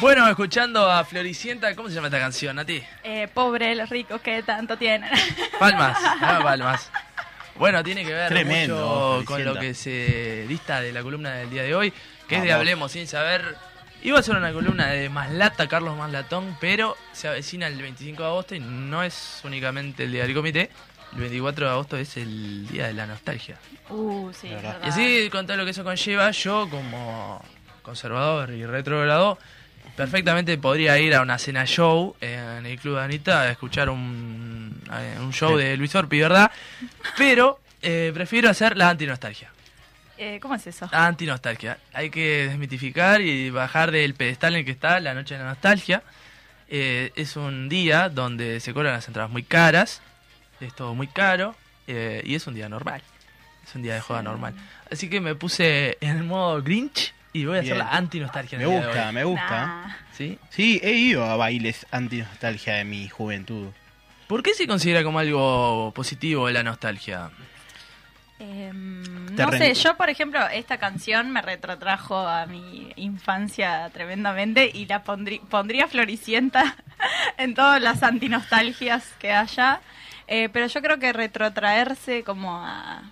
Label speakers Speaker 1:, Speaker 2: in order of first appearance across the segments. Speaker 1: Bueno, escuchando a Floricienta, ¿cómo se llama esta canción, Nati?
Speaker 2: Eh, pobre los ricos que tanto tienen.
Speaker 1: Palmas, no, palmas. Bueno, tiene que ver
Speaker 3: Tremendo,
Speaker 1: mucho con
Speaker 3: Floricienta.
Speaker 1: lo que se dista de la columna del día de hoy, que es de
Speaker 3: Vamos.
Speaker 1: Hablemos sin saber. Iba a ser una columna de Maslata, Carlos Maslatón, pero se avecina el 25 de agosto y no es únicamente el día del comité. El 24 de agosto es el día de la nostalgia.
Speaker 2: Uh, sí,
Speaker 3: La
Speaker 2: es
Speaker 3: verdad.
Speaker 2: verdad.
Speaker 1: Y así, con todo lo que eso conlleva, yo como conservador y retrógrado, perfectamente podría ir a una cena show en el Club de Anita a escuchar un, eh, un show de Luis Orpi, ¿verdad? Pero eh, prefiero hacer la antinostalgia.
Speaker 2: Eh, ¿Cómo es eso?
Speaker 1: La antinostalgia. Hay que desmitificar y bajar del pedestal en el que está la noche de la nostalgia. Eh, es un día donde se cobran las entradas muy caras, es todo muy caro eh, y es un día normal. Es un día de joda normal. Así que me puse en modo Grinch y voy a hacer
Speaker 3: Bien.
Speaker 1: la antinostalgia. en
Speaker 3: Me
Speaker 1: el día de
Speaker 3: gusta,
Speaker 1: hoy.
Speaker 3: me gusta.
Speaker 2: Nah.
Speaker 1: ¿Sí?
Speaker 3: Sí, he ido a bailes antinostalgia de mi juventud.
Speaker 1: ¿Por qué se considera como algo positivo la nostalgia?
Speaker 2: Em,
Speaker 3: Te
Speaker 2: no
Speaker 3: re-
Speaker 2: sé, yo por ejemplo, esta canción me retrotrajo a mi infancia tremendamente y la pondrí- pondría floricienta en todas las antinostalgias que haya. Eh, pero yo creo que retrotraerse como a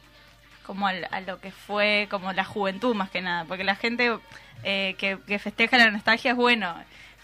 Speaker 2: como al- a, lo que fue como la juventud más que nada, porque la gente eh, que, que festeja la nostalgia es bueno.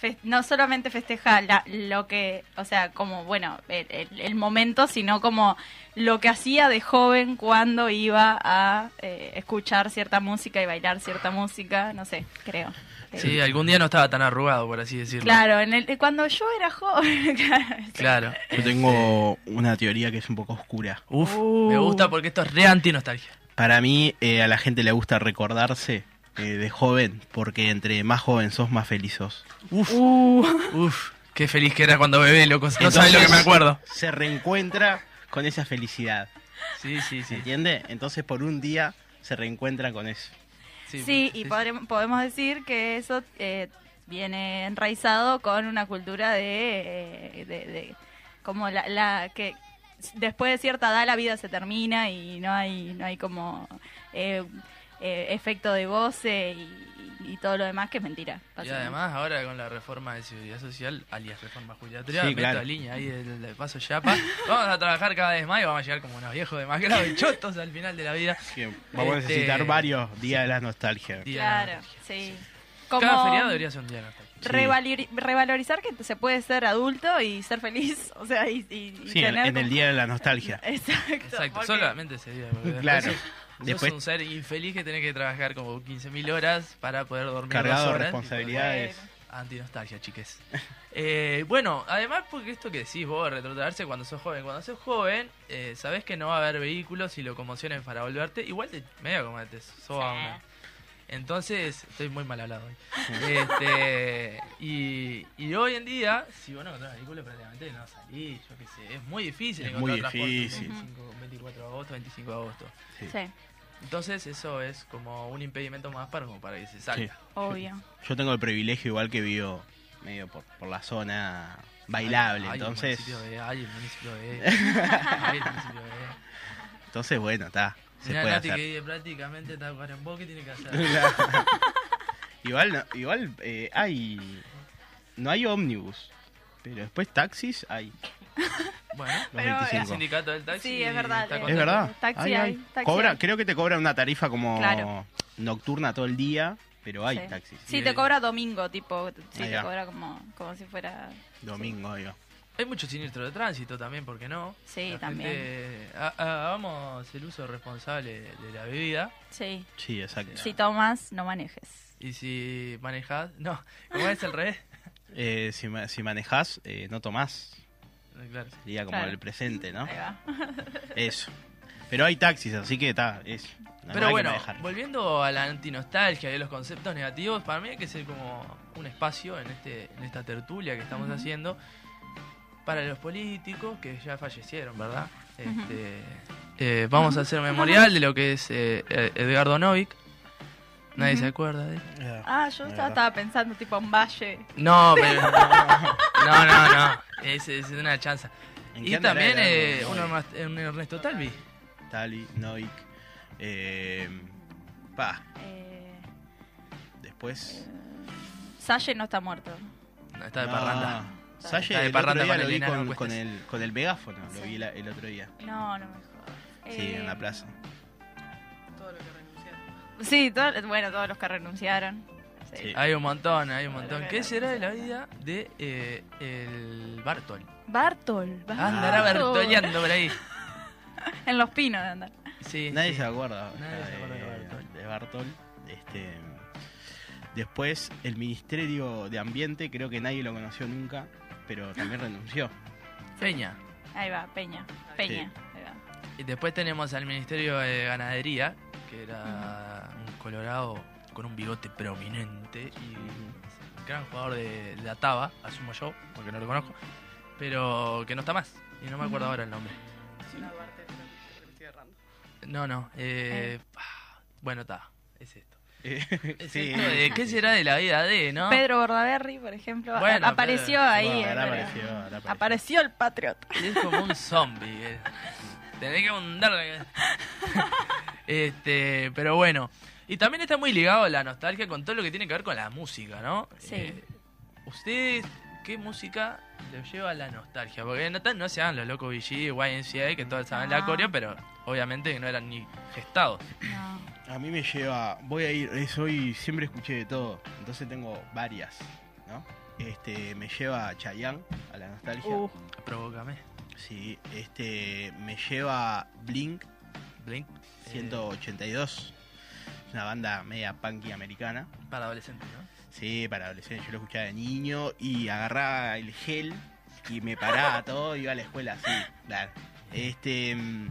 Speaker 2: Fes- No solamente festeja la- lo que, o sea, como, bueno, el, el- el momento, sino como lo que hacía de joven cuando iba a eh, escuchar cierta música y bailar cierta música, no sé, creo.
Speaker 1: Sí, algún día no estaba tan arrugado, por así decirlo.
Speaker 2: Claro, en el, cuando yo era joven, claro.
Speaker 1: Claro.
Speaker 3: Yo tengo una teoría que es un poco oscura.
Speaker 1: Uf,
Speaker 2: Uh.
Speaker 1: me gusta porque esto es re antinostalgia.
Speaker 3: Para mí, eh, a la gente le gusta recordarse eh, de joven, porque entre más joven sos, más feliz sos.
Speaker 1: Uf.
Speaker 2: Uh.
Speaker 1: Uf, qué feliz que era cuando bebé, loco. No
Speaker 3: Entonces-
Speaker 1: sabes lo que me acuerdo.
Speaker 3: Se reencuentra con esa felicidad,
Speaker 1: Sí, sí,
Speaker 3: ¿se
Speaker 1: sí.
Speaker 3: entiende? Entonces, por un día se reencuentra con eso.
Speaker 2: Sí,
Speaker 1: pues.
Speaker 2: y podrem- podemos decir que eso eh, viene enraizado con una cultura de, eh, de, de- como la, la que después de cierta edad la vida se termina y no hay no hay como eh, eh, efecto de goce y, y todo lo demás que es mentira.
Speaker 1: Y
Speaker 2: básicamente.
Speaker 1: además, ahora con la reforma de seguridad social, alias reforma jubilatoria,
Speaker 3: Sí,
Speaker 1: meto
Speaker 3: claro.
Speaker 1: la línea ahí del, del paso Yapa. vamos a trabajar cada vez más y vamos a llegar como unos viejos de más grado y chotos al final de la vida.
Speaker 3: Que vamos
Speaker 1: Este-
Speaker 3: a necesitar varios días de la nostalgia.
Speaker 1: Día de la
Speaker 2: Claro,
Speaker 1: nostalgia.
Speaker 2: sí.
Speaker 1: Cada
Speaker 2: Como
Speaker 1: feriado debería ser un día de nostalgia.
Speaker 3: Sí.
Speaker 2: revalori- revalorizar que se puede ser adulto y ser feliz, o sea, y, y- y
Speaker 3: Sí, en,
Speaker 2: tener
Speaker 3: en el
Speaker 2: como-
Speaker 3: día de la nostalgia.
Speaker 2: Exacto,
Speaker 1: Exacto,
Speaker 2: porque-
Speaker 1: solamente ese día. porque después
Speaker 3: Claro.
Speaker 1: sos- Sos
Speaker 3: Después-
Speaker 1: un ser infeliz que tenés que trabajar como 15.000 horas para poder dormir.
Speaker 3: Cargado
Speaker 1: dos
Speaker 3: de
Speaker 1: horas y
Speaker 3: responsabilidades.
Speaker 1: Antinostalgia, chiques. Eh, bueno, además porque esto que decís vos, retrotraerse cuando sos joven. Cuando sos joven, eh, sabés que no va a haber vehículos y locomociones para volverte. Igual te medio como que te soba
Speaker 2: Sí.
Speaker 1: una. Entonces, estoy muy mal hablado hoy. Este, y, y hoy en día, si vos no encontrás vehículo, prácticamente no salís, yo qué sé. Es muy difícil
Speaker 3: Es
Speaker 1: encontrar
Speaker 3: muy
Speaker 1: transporte un
Speaker 3: difícil.
Speaker 1: 25, 24 de agosto, 25 de agosto.
Speaker 2: Sí,
Speaker 1: Entonces, eso es como un impedimento más para, como para que se salga.
Speaker 2: obvio.
Speaker 3: Yo tengo el privilegio igual que vivo medio por, por la zona bailable,
Speaker 1: Ay, el
Speaker 3: entonces
Speaker 1: municipio de- ay, el municipio de- ay, el municipio de-
Speaker 3: entonces bueno, está, se
Speaker 1: Mirá,
Speaker 3: puede
Speaker 1: Nati
Speaker 3: hacer.
Speaker 1: que vive prácticamente está para en vos, ¿qué tiene que hacer?
Speaker 3: Claro. igual no- igual eh, hay no hay ómnibus, pero después taxis hay.
Speaker 1: Bueno,
Speaker 3: Los
Speaker 2: Pero, eh,
Speaker 1: el
Speaker 3: 25.
Speaker 1: sindicato del taxi.
Speaker 2: Sí, es verdad,
Speaker 1: está
Speaker 2: eh.
Speaker 3: Es
Speaker 1: contento.
Speaker 3: verdad.
Speaker 2: Taxi
Speaker 3: hay,
Speaker 2: hay,
Speaker 3: hay.
Speaker 2: taxi
Speaker 3: Cobra,
Speaker 2: hay.
Speaker 3: creo que te cobran una tarifa como
Speaker 2: Claro.
Speaker 3: nocturna todo el día, pero hay
Speaker 2: Sí.
Speaker 3: taxis.
Speaker 2: Sí, te cobra domingo, tipo, sí,
Speaker 3: Ahí
Speaker 2: te
Speaker 3: va.
Speaker 2: cobra como, como si fuera...
Speaker 3: Domingo, digo.
Speaker 1: Hay mucho siniestro de tránsito también, ¿por qué no?
Speaker 2: Sí,
Speaker 1: La
Speaker 2: también.
Speaker 1: gente- ha- ha- hagamos el uso responsable de la bebida.
Speaker 2: Sí,
Speaker 3: Sí, exacto.
Speaker 2: si tomas, no manejes.
Speaker 1: Y si manejás. No, como es al revés.
Speaker 3: Eh, si, ma- si manejás, eh, no tomás.
Speaker 1: Claro.
Speaker 3: Sería como
Speaker 2: Claro.
Speaker 3: el presente, ¿no?
Speaker 2: Ahí va.
Speaker 3: Eso. Pero hay taxis, así que está, es. la verdad
Speaker 1: Pero
Speaker 3: que
Speaker 1: bueno,
Speaker 3: me dejaron.
Speaker 1: volviendo a la antinostalgia y a los conceptos negativos, para mí hay que ser como un espacio en, este, en esta tertulia que estamos
Speaker 2: Ujú.
Speaker 1: haciendo para los políticos que ya fallecieron, ¿verdad? Este, eh, vamos a hacer memorial de lo que es eh, eh, Edgardo Novick. Nadie
Speaker 2: Ujú.
Speaker 1: se acuerda de él.
Speaker 2: Ah, yo estaba, estaba pensando, tipo, un valle.
Speaker 1: No, pero. No, no, no. Es, es una chanza.
Speaker 3: ¿En qué
Speaker 1: Y
Speaker 3: andará
Speaker 1: también
Speaker 3: el
Speaker 1: eh, un,
Speaker 3: Arnold?
Speaker 1: Ernesto- un Ernesto Talvi.
Speaker 3: Tali, Noik. Eh, pa,
Speaker 2: Eh,
Speaker 3: después.
Speaker 2: Salle no está muerto.
Speaker 1: No, está de parranda.
Speaker 3: Ah, Salle
Speaker 1: Está de
Speaker 3: el
Speaker 1: parranda
Speaker 3: otro día
Speaker 1: con
Speaker 3: lo
Speaker 1: el
Speaker 3: vi
Speaker 1: enano pues, Cuestas.
Speaker 3: con, con el, con el megáfono, lo vi la- el otro día.
Speaker 2: No, no me jodas.
Speaker 3: Sí, en la
Speaker 2: Eh,
Speaker 3: plaza.
Speaker 4: Todo lo que renunciaron.
Speaker 2: Sí, todo- bueno, todos los que renunciaron. Sí.
Speaker 3: Sí.
Speaker 1: Hay un montón, hay un
Speaker 2: Bueno,
Speaker 1: montón.
Speaker 2: que
Speaker 1: ¿Qué
Speaker 2: la
Speaker 1: será de la vida de eh, el Bartol?
Speaker 2: Bartol,
Speaker 1: Andará
Speaker 3: Ah.
Speaker 2: Bartol.
Speaker 1: Bertoleando por ahí.
Speaker 2: En los pinos de andar.
Speaker 1: Sí,
Speaker 3: Nadie
Speaker 1: sí.
Speaker 3: se acuerda,
Speaker 1: Nadie se acuerda
Speaker 3: de,
Speaker 1: de Bartol.
Speaker 3: de Bartol. Este, después, el Ministerio de Ambiente, creo que nadie lo conoció nunca, pero también renunció.
Speaker 1: Peña.
Speaker 2: Ahí va, Peña. Peña. ahí va.
Speaker 1: Y después tenemos al Ministerio de Ganadería, que era un colorado con un bigote prominente y un gran jugador de la taba, asumo yo, porque no lo conozco, pero que no está más. Y no me acuerdo
Speaker 2: Ujú.
Speaker 1: ahora el nombre.
Speaker 4: Es una parte creo que me estoy errando.
Speaker 1: No, no. eh, ah, Bueno, está. Es este. esto.
Speaker 3: Eh,
Speaker 1: Es
Speaker 3: sí,
Speaker 1: esto de ¿Qué será de la vida de, no?
Speaker 2: Pedro Bordaberry, por ejemplo, a-
Speaker 1: Bueno,
Speaker 2: apareció
Speaker 1: Pedro.
Speaker 2: ahí.
Speaker 3: Bueno,
Speaker 2: eh,
Speaker 3: ahora
Speaker 2: pero-
Speaker 3: apareció, ahora apareció.
Speaker 2: apareció el patriota.
Speaker 1: Es como un zombie. eh. Tenés que abundar. la cabeza. este, pero bueno. Y también está muy ligado la nostalgia con todo lo que tiene que ver con la música, ¿no? Eh,
Speaker 2: Sí.
Speaker 1: ¿Ustedes qué música les lleva a la nostalgia? Porque no, tan- no se dan los locos BG, YNCA, que todos saben la
Speaker 2: No.
Speaker 1: coreo, pero obviamente que no eran ni gestados.
Speaker 2: No.
Speaker 3: A mí me lleva, voy a ir, eh, soy, siempre escuché de todo, entonces tengo varias, ¿no? Este, me lleva a Chayanne, a la nostalgia.
Speaker 2: Uh,
Speaker 1: Provócame.
Speaker 3: Sí, este, me lleva Blink
Speaker 1: Blink.
Speaker 3: 182, es una banda media punky americana.
Speaker 1: Eh, Para adolescentes, ¿no?
Speaker 3: Sí, para adolescentes, yo lo escuchaba de niño y agarraba el gel y me paraba todo, iba a la escuela así, claro. Este, mm,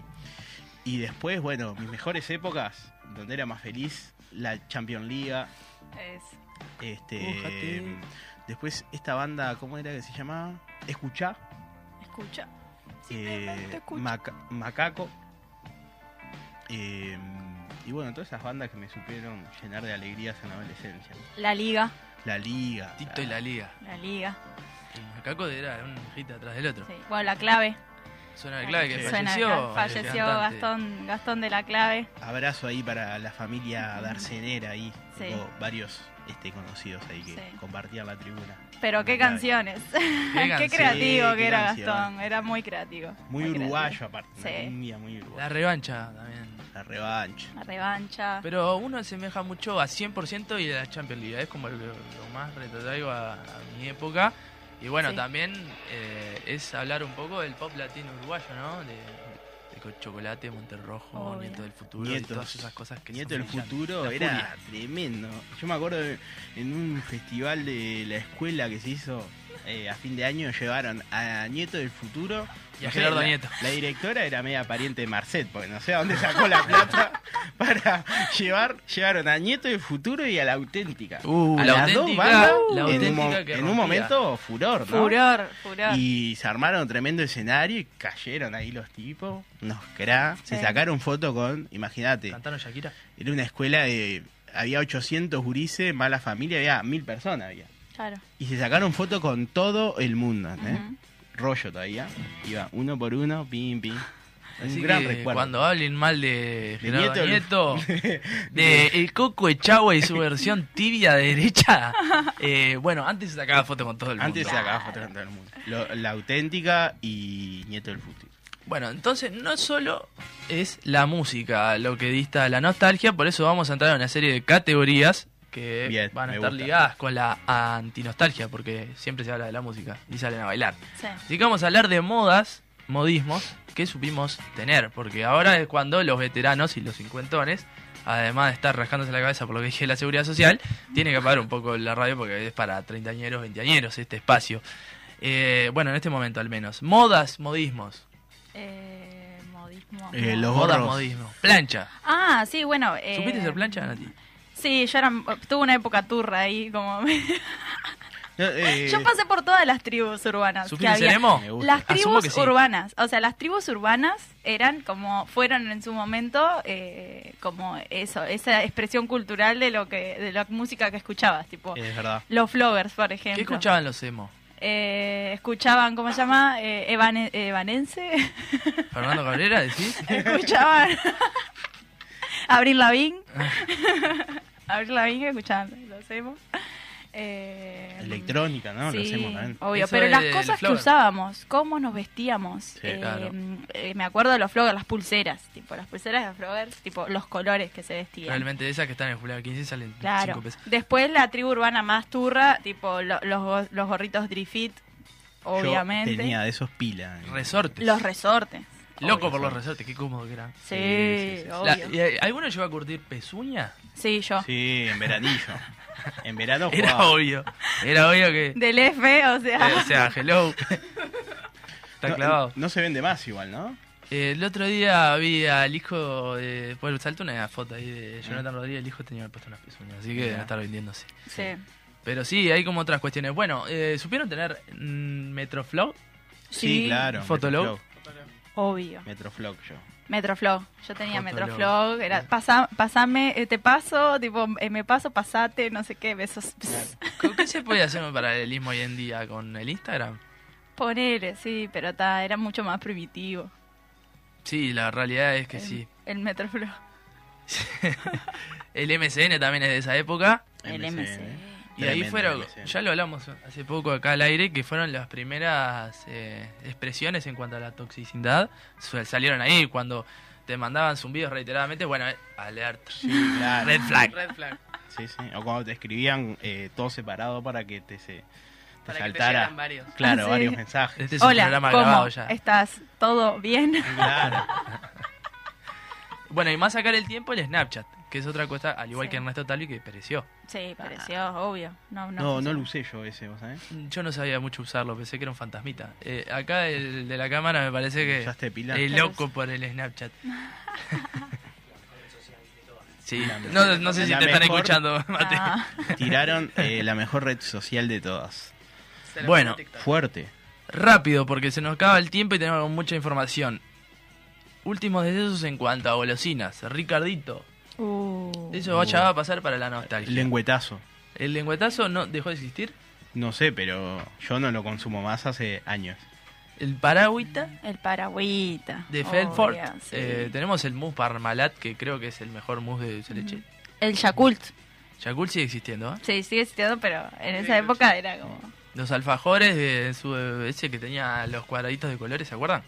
Speaker 3: y después, bueno, mis mejores épocas, donde era más feliz, la Champions League,
Speaker 2: es.
Speaker 1: Uh,
Speaker 3: este,
Speaker 1: Ujate.
Speaker 3: después esta banda, ¿cómo era que se llamaba? Escuchá,
Speaker 2: Escucha.
Speaker 3: eh,
Speaker 2: te escucho.
Speaker 3: Maca- Macaco. Eh, y bueno, todas esas bandas que me supieron llenar de alegrías en la adolescencia.
Speaker 2: La Liga.
Speaker 3: La Liga.
Speaker 1: Tito y la Liga.
Speaker 2: La Liga.
Speaker 1: El macaco era un hit atrás del otro.
Speaker 2: sí. Bueno, la clave. Ah,
Speaker 1: Suena la clave que
Speaker 3: Sí.
Speaker 2: Suena
Speaker 1: falleció.
Speaker 2: acá,
Speaker 1: el
Speaker 2: falleció
Speaker 1: cantante.
Speaker 2: Gastón, Gastón de la clave.
Speaker 3: Abrazo ahí para la familia Darcenera ahí.
Speaker 2: Sí.
Speaker 3: Tengo varios este, conocidos ahí que
Speaker 2: Sí.
Speaker 3: compartían la tribuna.
Speaker 2: Pero qué
Speaker 3: La clave.
Speaker 2: canciones.
Speaker 1: canción.
Speaker 2: qué creativo
Speaker 3: Sí,
Speaker 2: que
Speaker 3: qué
Speaker 2: era
Speaker 3: canción.
Speaker 2: Gastón. Era muy creativo.
Speaker 3: Muy
Speaker 2: creativo.
Speaker 3: uruguayo aparte.
Speaker 2: Sí.
Speaker 3: Una cumbia muy
Speaker 1: La
Speaker 3: uruguaya.
Speaker 1: revancha también.
Speaker 3: La revancha.
Speaker 2: La revancha.
Speaker 1: Pero uno asemeja mucho a 100% y a la Champions League. ¿eh? Es como lo, lo más retrotraigo a, a mi época. Y bueno,
Speaker 2: Sí.
Speaker 1: también eh, es hablar un poco del pop latino uruguayo, ¿no? De, de Co- Chocolate, Monterrojo,
Speaker 2: Obvio.
Speaker 1: Nieto del Futuro y
Speaker 3: Nietos.
Speaker 1: todas esas cosas que
Speaker 3: Nieto
Speaker 1: son
Speaker 3: del
Speaker 1: brillantes.
Speaker 3: futuro
Speaker 1: La
Speaker 3: era
Speaker 1: furia.
Speaker 3: tremendo. Yo me acuerdo de- en un festival de la escuela que se hizo eh, a fin de año, llevaron a Nieto del futuro.
Speaker 1: Y a
Speaker 3: No sé,
Speaker 1: Gerardo
Speaker 3: la-
Speaker 1: Nieto.
Speaker 3: La directora era media pariente de Marcet, porque no sé a dónde sacó la plata para llevar. Llevaron a Nieto del futuro y a la auténtica.
Speaker 1: Uh,
Speaker 3: A
Speaker 1: la
Speaker 3: las dos
Speaker 1: auténtica-
Speaker 3: bandas,
Speaker 1: la
Speaker 3: en, un,
Speaker 1: auténtica
Speaker 3: mo-
Speaker 1: que
Speaker 3: en un
Speaker 1: rompía.
Speaker 3: momento furor, ¿no?
Speaker 2: Furor, furor.
Speaker 3: Y se armaron tremendo escenario y cayeron ahí los tipos, unos cra, se
Speaker 2: Sí.
Speaker 3: sacaron foto con, imagínate,
Speaker 1: Cantaron Shakira.
Speaker 3: era una escuela de. Había 800 gurises, mala familia, había mil personas. Había.
Speaker 2: Claro.
Speaker 3: Y se sacaron fotos con todo el mundo. ¿eh?
Speaker 2: Ujú.
Speaker 3: Rollo todavía. Iba uno por uno, pim, pim. Un
Speaker 1: Así
Speaker 3: gran
Speaker 1: que
Speaker 3: recuerdo.
Speaker 1: cuando hablen mal de
Speaker 3: De
Speaker 1: Gerardo Nieto,
Speaker 3: Nieto,
Speaker 1: de el Coco Echagua y su versión tibia de derecha, eh, bueno, antes se sacaba foto con todo el mundo.
Speaker 3: Antes se sacaba fotos con todo el mundo. Lo- la auténtica y Nieto del Futuro.
Speaker 1: Bueno, entonces no solo es la música lo que dista la nostalgia, por eso vamos a entrar en una serie de categorías que
Speaker 3: Bien,
Speaker 1: van a
Speaker 3: me
Speaker 1: estar
Speaker 3: gusta.
Speaker 1: ligadas con la antinostalgia, porque siempre se habla de la música y salen a bailar.
Speaker 2: Sí.
Speaker 1: Así que vamos a hablar de modas, modismos, que supimos tener, porque ahora es cuando los veteranos y los cincuentones, además de estar rascándose la cabeza por lo que dije de la seguridad social, tiene que apagar un poco la radio porque es para treintañeros, veinteañeros este espacio. Eh, bueno, en este momento al menos. Modas, modismos.
Speaker 2: Eh, modismo.
Speaker 3: Eh,
Speaker 2: no.
Speaker 3: los
Speaker 1: Modas,
Speaker 3: gorros.
Speaker 1: modismo. Plancha.
Speaker 2: Ah, sí, bueno. eh,
Speaker 1: ¿Supiste hacer plancha, Nati?
Speaker 2: Sí, yo era, tuve una época turra ahí, como...
Speaker 3: No, eh,
Speaker 2: yo pasé por todas las tribus urbanas. que
Speaker 1: ¿Supiste
Speaker 2: había.
Speaker 1: hacer emo?
Speaker 3: Me gusta.
Speaker 2: Las
Speaker 1: Asumo
Speaker 2: tribus
Speaker 1: que sí.
Speaker 2: urbanas, o sea, las tribus urbanas eran como fueron en su momento eh, como eso, esa expresión cultural de lo que de la música que escuchabas, tipo
Speaker 3: Es verdad.
Speaker 2: los floggers, por ejemplo.
Speaker 1: Eh. ¿Qué escuchaban los emo?
Speaker 2: Eh, escuchaban, ¿cómo se llama? Eh, Evane- Evanense.
Speaker 1: ¿Fernando Cabrera, decís?
Speaker 2: escuchaban
Speaker 1: Ah.
Speaker 2: Abril Lavín. Abril Lavín que escuchaban, lo hacemos. Eh,
Speaker 3: Electrónica, ¿no? Lo
Speaker 2: sí,
Speaker 3: hacemos ¿eh? también.
Speaker 2: obvio,
Speaker 1: Eso
Speaker 2: pero
Speaker 1: es
Speaker 2: las
Speaker 1: el
Speaker 2: cosas que
Speaker 1: flogger.
Speaker 2: usábamos, cómo nos vestíamos. eh,
Speaker 1: claro.
Speaker 2: eh, me acuerdo de los floggers, las pulseras, tipo las pulseras de los floggers, tipo los colores que se vestían.
Speaker 1: Realmente esas que están en Julián 15 salen 5
Speaker 2: Claro.
Speaker 1: pesos.
Speaker 2: Después la tribu urbana más turra, tipo lo- los, go- los gorritos Drifit, obviamente.
Speaker 3: Yo tenía de esos pilas.
Speaker 1: Resortes.
Speaker 2: Los resortes.
Speaker 1: Loco
Speaker 3: Obvio,
Speaker 1: por los
Speaker 3: sí.
Speaker 1: resortes, qué cómodo que eran.
Speaker 2: Sí,
Speaker 3: Sí, sí, sí.
Speaker 1: La-
Speaker 2: obvio.
Speaker 1: ¿y a- ¿Alguno llegó a curtir pezuña?
Speaker 2: Sí, yo.
Speaker 3: Sí, en veranillo. En verano
Speaker 1: Era
Speaker 3: jugaba.
Speaker 1: obvio. Era obvio que.
Speaker 2: Del F, o sea.
Speaker 1: eh, o sea, hello. Está
Speaker 3: No-
Speaker 1: clavado.
Speaker 3: No, se vende más igual, ¿no?
Speaker 1: Eh, el otro día vi al hijo de. Bueno, saltó una foto ahí de Jonathan Rodríguez, el hijo tenía puesto unas pezuñas, así que
Speaker 3: Mirá.
Speaker 1: debe estar vendiéndose.
Speaker 2: sí.
Speaker 1: Pero sí, hay como otras cuestiones. Bueno, eh, ¿supieron tener mm, Metroflow?
Speaker 2: Sí,
Speaker 3: claro.
Speaker 1: Fotolog.
Speaker 2: Obvio.
Speaker 3: Metroflog yo.
Speaker 2: Metroflog. Yo tenía
Speaker 1: Fotolog.
Speaker 2: Metroflog. Era, pasa, pasame, eh, te paso, tipo, eh, me paso, pasate, no sé qué, besos.
Speaker 1: ¿Con ¿Qué se puede hacer un paralelismo hoy en día con el Instagram?
Speaker 2: Ponele, sí, pero ta, era mucho más primitivo.
Speaker 1: Sí, la realidad es que
Speaker 2: el,
Speaker 1: sí.
Speaker 2: El Metroflog.
Speaker 1: El MSN también es de esa época.
Speaker 2: El
Speaker 1: ¿eh?
Speaker 3: MSN.
Speaker 2: MC.
Speaker 1: Y ahí
Speaker 3: ¿eh? Tremendo,
Speaker 1: fueron,
Speaker 3: MSN.
Speaker 1: ya lo hablamos hace poco acá al aire, que fueron las primeras eh, expresiones en cuanto a la toxicidad. Su- Salieron ahí cuando te mandaban zumbidos reiteradamente. Bueno, eh, alert,
Speaker 3: Sí, claro.
Speaker 1: red flag.
Speaker 4: Ah, Red flag.
Speaker 3: Sí, sí. O cuando te escribían eh, todo separado para que te, se, te
Speaker 4: Para que te
Speaker 3: saltara.
Speaker 4: llegaran varios.
Speaker 3: claro,
Speaker 2: Sí.
Speaker 3: varios mensajes.
Speaker 1: Este es un
Speaker 2: Hola,
Speaker 1: programa
Speaker 2: ¿cómo
Speaker 1: grabado ya.
Speaker 2: estás? ¿Todo bien?
Speaker 3: Claro.
Speaker 1: Bueno, y más sacar el tiempo el Snapchat, que es otra cosa, al igual
Speaker 2: Sí.
Speaker 1: que Ernesto Talvi, que pereció.
Speaker 2: Sí, pareció obvio. No, no,
Speaker 3: No, no
Speaker 2: funciona.
Speaker 3: lo usé yo ese, ¿vos sabés?
Speaker 1: Yo no sabía mucho usarlo, pensé que era un fantasmita. Eh, acá el de la cámara me parece que...
Speaker 3: ¿Usaste pila?
Speaker 1: Eh,
Speaker 2: Claro.
Speaker 1: loco por el Snapchat. Sí,
Speaker 3: La
Speaker 1: no,
Speaker 3: mejor-
Speaker 1: no sé si
Speaker 3: la
Speaker 1: te están
Speaker 3: mejor-
Speaker 1: escuchando, Mate.
Speaker 2: Ah,
Speaker 3: Tiraron eh, la mejor red social de todas.
Speaker 4: Se lo
Speaker 1: Bueno,
Speaker 4: pone TikTok.
Speaker 3: Fuerte.
Speaker 1: Rápido, porque se nos acaba el tiempo y tenemos mucha información. Últimos deseos en cuanto a golosinas. Ricardito,
Speaker 2: uh.
Speaker 1: eso
Speaker 3: Uh.
Speaker 1: ya va a pasar para la nostalgia.
Speaker 3: Lengüetazo.
Speaker 1: ¿El lengüetazo no dejó de existir?
Speaker 3: No sé, pero yo no lo consumo más hace años.
Speaker 1: ¿El paragüita?
Speaker 2: El paragüita.
Speaker 1: De
Speaker 3: Oh,
Speaker 2: obvio,
Speaker 1: Felfort.
Speaker 2: sí.
Speaker 1: Eh, tenemos el mousse Parmalat, que creo que es el mejor mousse de Seleche.
Speaker 2: el Yakult.
Speaker 1: Yacul sigue existiendo, ¿eh?
Speaker 2: Sí, sigue existiendo, pero en
Speaker 4: Sí,
Speaker 2: esa
Speaker 4: lo
Speaker 2: época era como.
Speaker 1: Los alfajores, de su, ese que tenía los cuadraditos de colores, ¿se acuerdan?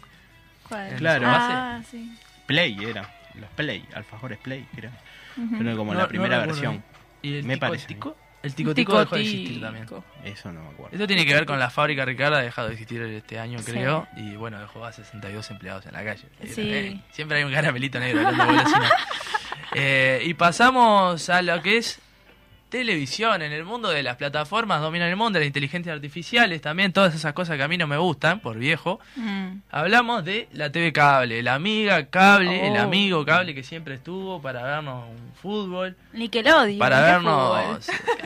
Speaker 2: ¿cuál?
Speaker 3: Claro.
Speaker 2: Ah, sí.
Speaker 3: Play era. Los Play. Alfajores Play, creo.
Speaker 2: Ujú.
Speaker 3: Pero como
Speaker 1: No,
Speaker 3: la
Speaker 1: no
Speaker 3: primera
Speaker 1: recuerdo
Speaker 3: versión.
Speaker 1: ¿Y el
Speaker 3: Me
Speaker 1: tico
Speaker 3: parece.
Speaker 1: tico? El tico tico dejó de existir también.
Speaker 2: Tico.
Speaker 3: Eso no me acuerdo.
Speaker 1: Esto tiene que ver con la fábrica Ricarda, ha dejado de existir este año,
Speaker 2: Sí.
Speaker 1: creo. Y bueno, dejó a 62 empleados en la calle.
Speaker 2: Sí.
Speaker 1: Eh, siempre hay un caramelito negro hablando de golosinas. Eh, y pasamos a lo que es televisión. En el mundo de las plataformas dominan el mundo, las inteligencias artificiales también, todas esas cosas que a mí no me gustan, por viejo.
Speaker 2: Mm.
Speaker 1: Hablamos de la TV cable, la amiga cable, el
Speaker 2: Oh.
Speaker 1: amigo cable que siempre estuvo para vernos un fútbol.
Speaker 2: Nickelodeon.
Speaker 1: para
Speaker 2: ¿qué
Speaker 1: vernos,
Speaker 2: fútbol?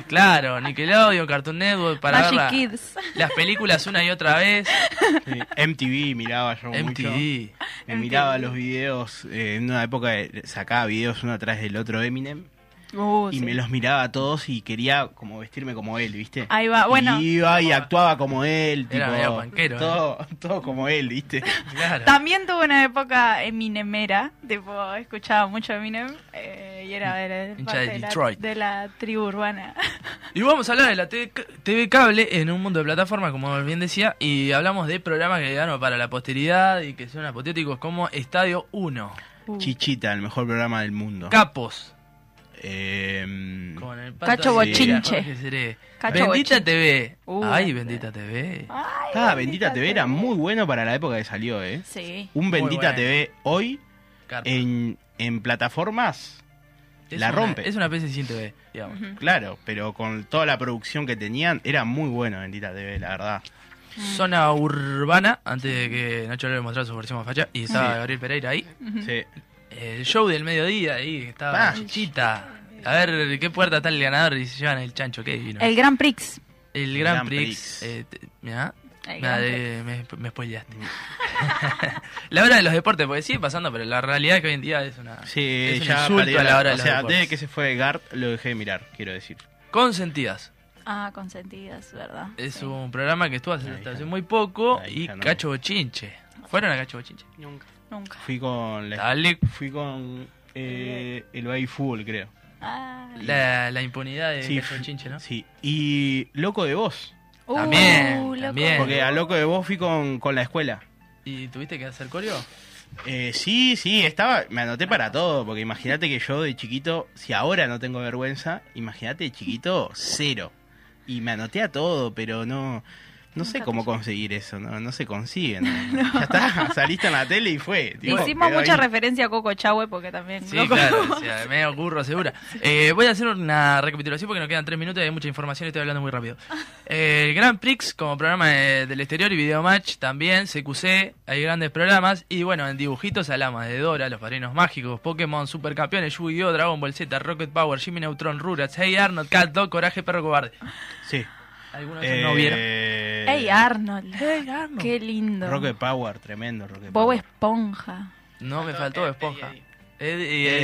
Speaker 1: claro, Nickelodeon, Cartoon Network, para ver
Speaker 2: Magic
Speaker 1: la-
Speaker 2: Kids.
Speaker 1: las películas una y otra vez,
Speaker 3: Sí. MTV miraba yo mucho.
Speaker 1: MTV.
Speaker 3: Me
Speaker 2: MTV.
Speaker 3: miraba los videos, eh, en una época eh, sacaba videos uno atrás del otro Eminem
Speaker 2: Uh,
Speaker 3: y
Speaker 2: sí.
Speaker 3: me los miraba a todos y quería como vestirme como él, ¿viste?
Speaker 2: Ahí va, bueno.
Speaker 3: Y iba y actuaba como él,
Speaker 1: Era
Speaker 3: tipo,
Speaker 1: medio panquero, ¿eh?
Speaker 3: todo, todo como él, ¿viste?
Speaker 1: Claro.
Speaker 2: También tuve una época eminemera, tipo, escuchaba mucho Eminem eh, y era, era
Speaker 1: Hincha
Speaker 2: parte
Speaker 1: de
Speaker 2: la-
Speaker 1: Detroit.
Speaker 2: de la tribu urbana.
Speaker 1: Y vamos a hablar de la TV, ca- TV cable en un mundo de plataformas, como bien decía, y hablamos de programas que quedaron para la posteridad y que son apoteóticos como Estadio 1,
Speaker 2: Uh.
Speaker 3: Chichita, el mejor programa del mundo.
Speaker 1: Capos,
Speaker 3: Em,
Speaker 1: con el
Speaker 2: Cacho
Speaker 3: Bochinche.
Speaker 1: Jorge Seré.
Speaker 2: Cacho
Speaker 1: bendita
Speaker 2: Bochinche.
Speaker 1: TV.
Speaker 2: Uh,
Speaker 1: Ay,
Speaker 2: bendita.
Speaker 1: bendita TV.
Speaker 2: Ay,
Speaker 3: ah, Bendita TV era muy bueno para la época que salió, ¿eh?
Speaker 2: Sí.
Speaker 3: Un
Speaker 1: Muy
Speaker 3: Bendita
Speaker 1: bueno.
Speaker 3: TV hoy
Speaker 1: Carpa.
Speaker 3: en, en plataformas,
Speaker 1: Es
Speaker 3: la
Speaker 1: una-
Speaker 3: rompe.
Speaker 1: Es una PC sin TV, digamos.
Speaker 2: Ujú.
Speaker 3: claro, pero con toda la producción que tenían, era muy bueno Bendita TV, la verdad.
Speaker 2: Ah.
Speaker 1: Zona urbana, antes de que Nacho le mostrara su versión más facha, y estaba
Speaker 3: Sí.
Speaker 1: Gabriel Pereira ahí.
Speaker 2: Ujú.
Speaker 3: Sí.
Speaker 1: El show del mediodía ahí, que estaba
Speaker 3: Ah.
Speaker 1: Chita. A ver qué puerta está el ganador y se llevan el chancho, qué divino.
Speaker 2: El Gran Prix.
Speaker 1: El Gran,
Speaker 3: Gran
Speaker 1: Prix.
Speaker 3: Prix.
Speaker 1: eh, te- mirá,
Speaker 2: El
Speaker 1: mirá,
Speaker 2: Gran Prix.
Speaker 1: de- me, me spoileaste. la hora de los deportes, porque sigue pasando, pero la realidad es que hoy en día es una.
Speaker 3: Sí,
Speaker 1: es un
Speaker 3: ya
Speaker 1: insulto
Speaker 3: perdió
Speaker 1: a la hora de
Speaker 3: o
Speaker 1: los
Speaker 3: sea,
Speaker 1: deportes.
Speaker 3: desde que se fue Gart lo dejé de mirar, quiero decir.
Speaker 1: Consentidas.
Speaker 2: Ah, consentidas, ¿verdad?
Speaker 1: Es
Speaker 2: Sí.
Speaker 1: un programa que estuvo hasta
Speaker 3: Ahí ya
Speaker 1: hace
Speaker 3: no.
Speaker 1: muy poco
Speaker 3: Ahí
Speaker 1: y
Speaker 3: ya no.
Speaker 1: Cacho Bochinche. ¿Fueron a Cacho Bochinche?
Speaker 2: Nunca.
Speaker 3: Fui con la-
Speaker 1: Dale.
Speaker 3: fui con eh, el Bay Fútbol, creo.
Speaker 2: Ay.
Speaker 1: La, la impunidad de
Speaker 3: Sí,
Speaker 1: Eh, que fue un chinche, ¿no?
Speaker 3: Sí. Y Loco de Voz.
Speaker 1: También,
Speaker 2: Uh, loco.
Speaker 1: también.
Speaker 3: Porque a Loco de Voz fui con, con la escuela.
Speaker 1: ¿Y tuviste que hacer coreo?
Speaker 3: Eh, sí, sí, estaba. Me anoté para todo. Porque imagínate que yo de chiquito, si ahora no tengo vergüenza, imagínate de chiquito, cero. Y me anoté a todo, pero no. No sé
Speaker 2: Nunca
Speaker 3: cómo
Speaker 2: te-
Speaker 3: conseguir eso, no, no se consigue. no. Ya está, saliste en la tele y fue. tipo,
Speaker 2: Hicimos
Speaker 3: quedó
Speaker 2: mucha
Speaker 3: ahí.
Speaker 2: referencia a Coco Chahue porque también.
Speaker 1: Sí,
Speaker 2: Coco-
Speaker 1: claro, o sea, me ocurro segura. Eh, voy a hacer una recapitulación porque nos quedan tres minutos y hay mucha información y estoy hablando muy rápido. Eh, el Grand Prix como programa de- del exterior y Video Match también, CQC, hay grandes programas. Y bueno, en dibujitos Alamas de Dora, Los Padrinos Mágicos, Pokémon, Supercampeones, Yu-Gi-Oh!, Dragon Ball Z, Rocket Power, Jimmy Neutron, Rugrats, Hey Arnold, Cat Dog, Coraje, Perro Cobarde.
Speaker 3: Sí.
Speaker 1: Algunos de esos no vieron.
Speaker 3: Eh,
Speaker 2: Ey, Arnold.
Speaker 1: Hey Arnold.
Speaker 2: Qué lindo.
Speaker 3: Rocket Power, tremendo Rocket
Speaker 2: Bob
Speaker 3: Power.
Speaker 2: Esponja.
Speaker 1: No, me faltó
Speaker 4: Eddie,
Speaker 1: Esponja.
Speaker 4: Eddie.
Speaker 1: Eddie, Eddie,
Speaker 3: Eddie.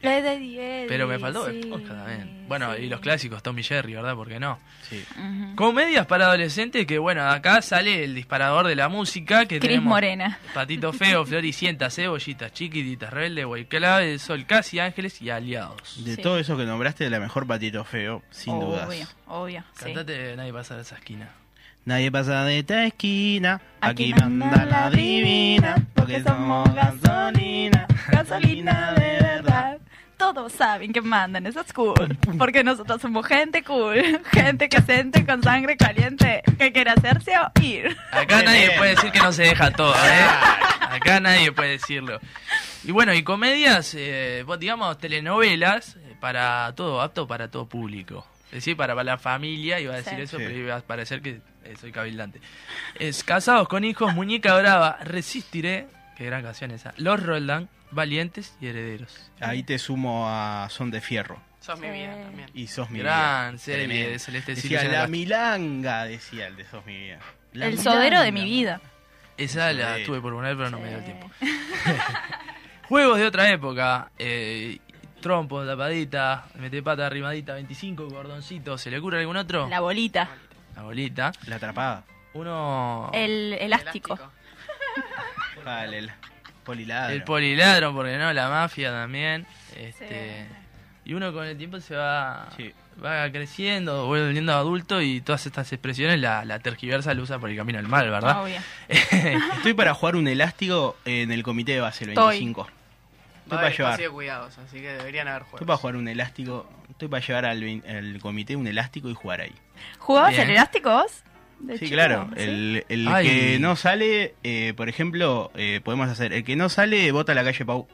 Speaker 1: Eddie.
Speaker 2: Eddie, Eddie,
Speaker 1: Pero me faltó
Speaker 2: sí,
Speaker 1: Esponja también. Bueno, y los clásicos, Tommy Jerry, ¿verdad? ¿Por qué no?
Speaker 3: Sí.
Speaker 2: Ujú.
Speaker 1: Comedias para adolescentes que, bueno, acá sale el disparador de la música que
Speaker 2: Cris
Speaker 1: tenemos
Speaker 2: Morena.
Speaker 1: Patito Feo, Floricienta, Cebollitas, Chiquititas, Rebelde, Guayclave, Sol Casi, Ángeles y Aliados.
Speaker 3: De
Speaker 2: Sí.
Speaker 3: todo eso que nombraste, la mejor patito feo, sin
Speaker 2: obvio,
Speaker 3: dudas.
Speaker 2: Obvio, sí.
Speaker 1: Cantate Nadie pasa de esa esquina.
Speaker 3: Nadie pasa de esta esquina,
Speaker 2: Aquí
Speaker 3: aquí,
Speaker 2: manda
Speaker 3: manda
Speaker 2: la
Speaker 3: la divina, porque somos gasolina,
Speaker 2: Gasolina de verdad. Todos saben que mandan, eso es cool. Porque nosotros somos gente cool. Gente que siente con sangre caliente que quiere hacerse oír.
Speaker 1: Acá
Speaker 3: Qué
Speaker 1: nadie
Speaker 3: bien.
Speaker 1: puede decir que no se deja todo, ¿eh? Acá nadie puede decirlo. Y bueno, y comedias, eh, vos digamos, telenovelas, eh, para todo, apto para todo público. Es decir, para, para la familia, iba a decir
Speaker 2: Sí.
Speaker 1: eso,
Speaker 3: Sí.
Speaker 1: pero iba a parecer que eh, soy cabildante. Es Casados con hijos, Muñeca Brava, Resistiré, qué gran canción esa. Los Roldán, Valientes y Herederos.
Speaker 3: Ahí te sumo a Son de Fierro.
Speaker 4: Sos mi
Speaker 2: Sí.
Speaker 4: vida también.
Speaker 3: Y sos mi
Speaker 1: gran
Speaker 3: vida.
Speaker 1: serie
Speaker 3: Tremendo.
Speaker 1: de Celeste
Speaker 3: Decía,
Speaker 1: Silva.
Speaker 3: la milanga, decía el de Sos mi vida. La
Speaker 2: El sodero de mi
Speaker 3: milanga.
Speaker 2: vida.
Speaker 1: Esa la
Speaker 3: Sí.
Speaker 1: tuve por poner, pero no me dio el
Speaker 2: Sí.
Speaker 1: tiempo. Juegos de otra época. Eh, trompo, tapadita, mete pata, arrimadita, 25, gordoncito. ¿Se le ocurre algún otro?
Speaker 2: La bolita.
Speaker 1: La bolita.
Speaker 3: La atrapada.
Speaker 1: Uno.
Speaker 2: El elástico.
Speaker 3: Vale, el poliladro.
Speaker 1: el poliladro, porque no, la mafia también. Este, Y uno con el tiempo se va.
Speaker 3: Sí.
Speaker 1: Va creciendo, vuelve volviendo adulto y todas estas expresiones la, la tergiversa, la usa por el camino al mal, ¿verdad?
Speaker 2: Obvio.
Speaker 3: Estoy para jugar un elástico en el comité de base, el
Speaker 2: Estoy.
Speaker 3: 25.
Speaker 4: Va
Speaker 3: Estoy
Speaker 4: a
Speaker 3: para
Speaker 4: haber
Speaker 3: llevar.
Speaker 4: espacio de cuidados, así que deberían haber
Speaker 1: pues.
Speaker 3: Estoy
Speaker 4: juegos.
Speaker 3: para jugar un elástico. Estoy para llevar al, vein- al comité un elástico y jugar ahí.
Speaker 2: ¿Jugabas
Speaker 1: Bien.
Speaker 2: el elástico vos? De
Speaker 3: Sí,
Speaker 2: chico,
Speaker 3: claro.
Speaker 2: ¿sí?
Speaker 3: El, el
Speaker 1: Ay.
Speaker 3: que no sale, eh, por ejemplo, eh, podemos hacer. El que no sale, vota a la calle Pau.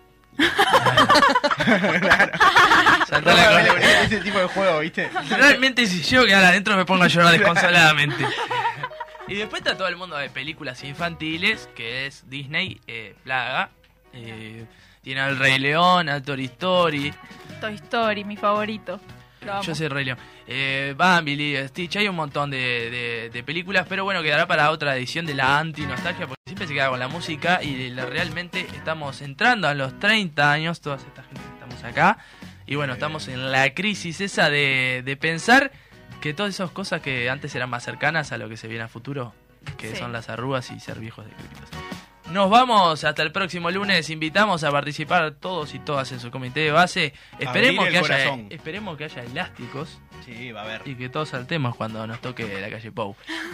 Speaker 1: Saltó la columna.
Speaker 3: Ese tipo de juego, ¿viste?
Speaker 1: Realmente si yo quedara adentro me pongo a llorar desconsoladamente. Y después está todo el mundo de películas infantiles, que es Disney, eh, Plaga. eh, tiene al Rey León, al Tori Story.
Speaker 2: Toy Story, mi favorito. Lo amo.
Speaker 1: Yo soy Rey León. Eh, Bambi, Lilo, Stitch, hay un montón de, de- de películas, pero bueno, quedará para otra edición de la anti-nostalgia, porque siempre se queda con la música y la- realmente estamos entrando a los 30 años, todas estas gente que estamos acá, y bueno, estamos en la crisis esa de, de pensar que todas esas cosas que antes eran más cercanas a lo que se viene a futuro, que
Speaker 2: Sí.
Speaker 1: son las arrugas y ser viejos de críticos. Nos vamos hasta el próximo lunes. Invitamos a participar todos y todas en su comité de base. Esperemos
Speaker 3: el
Speaker 1: que, haya,
Speaker 3: corazón.
Speaker 1: esperemos que haya elásticos
Speaker 3: Sí, va a ver.
Speaker 1: y que todos saltemos cuando nos toque la calle Pou.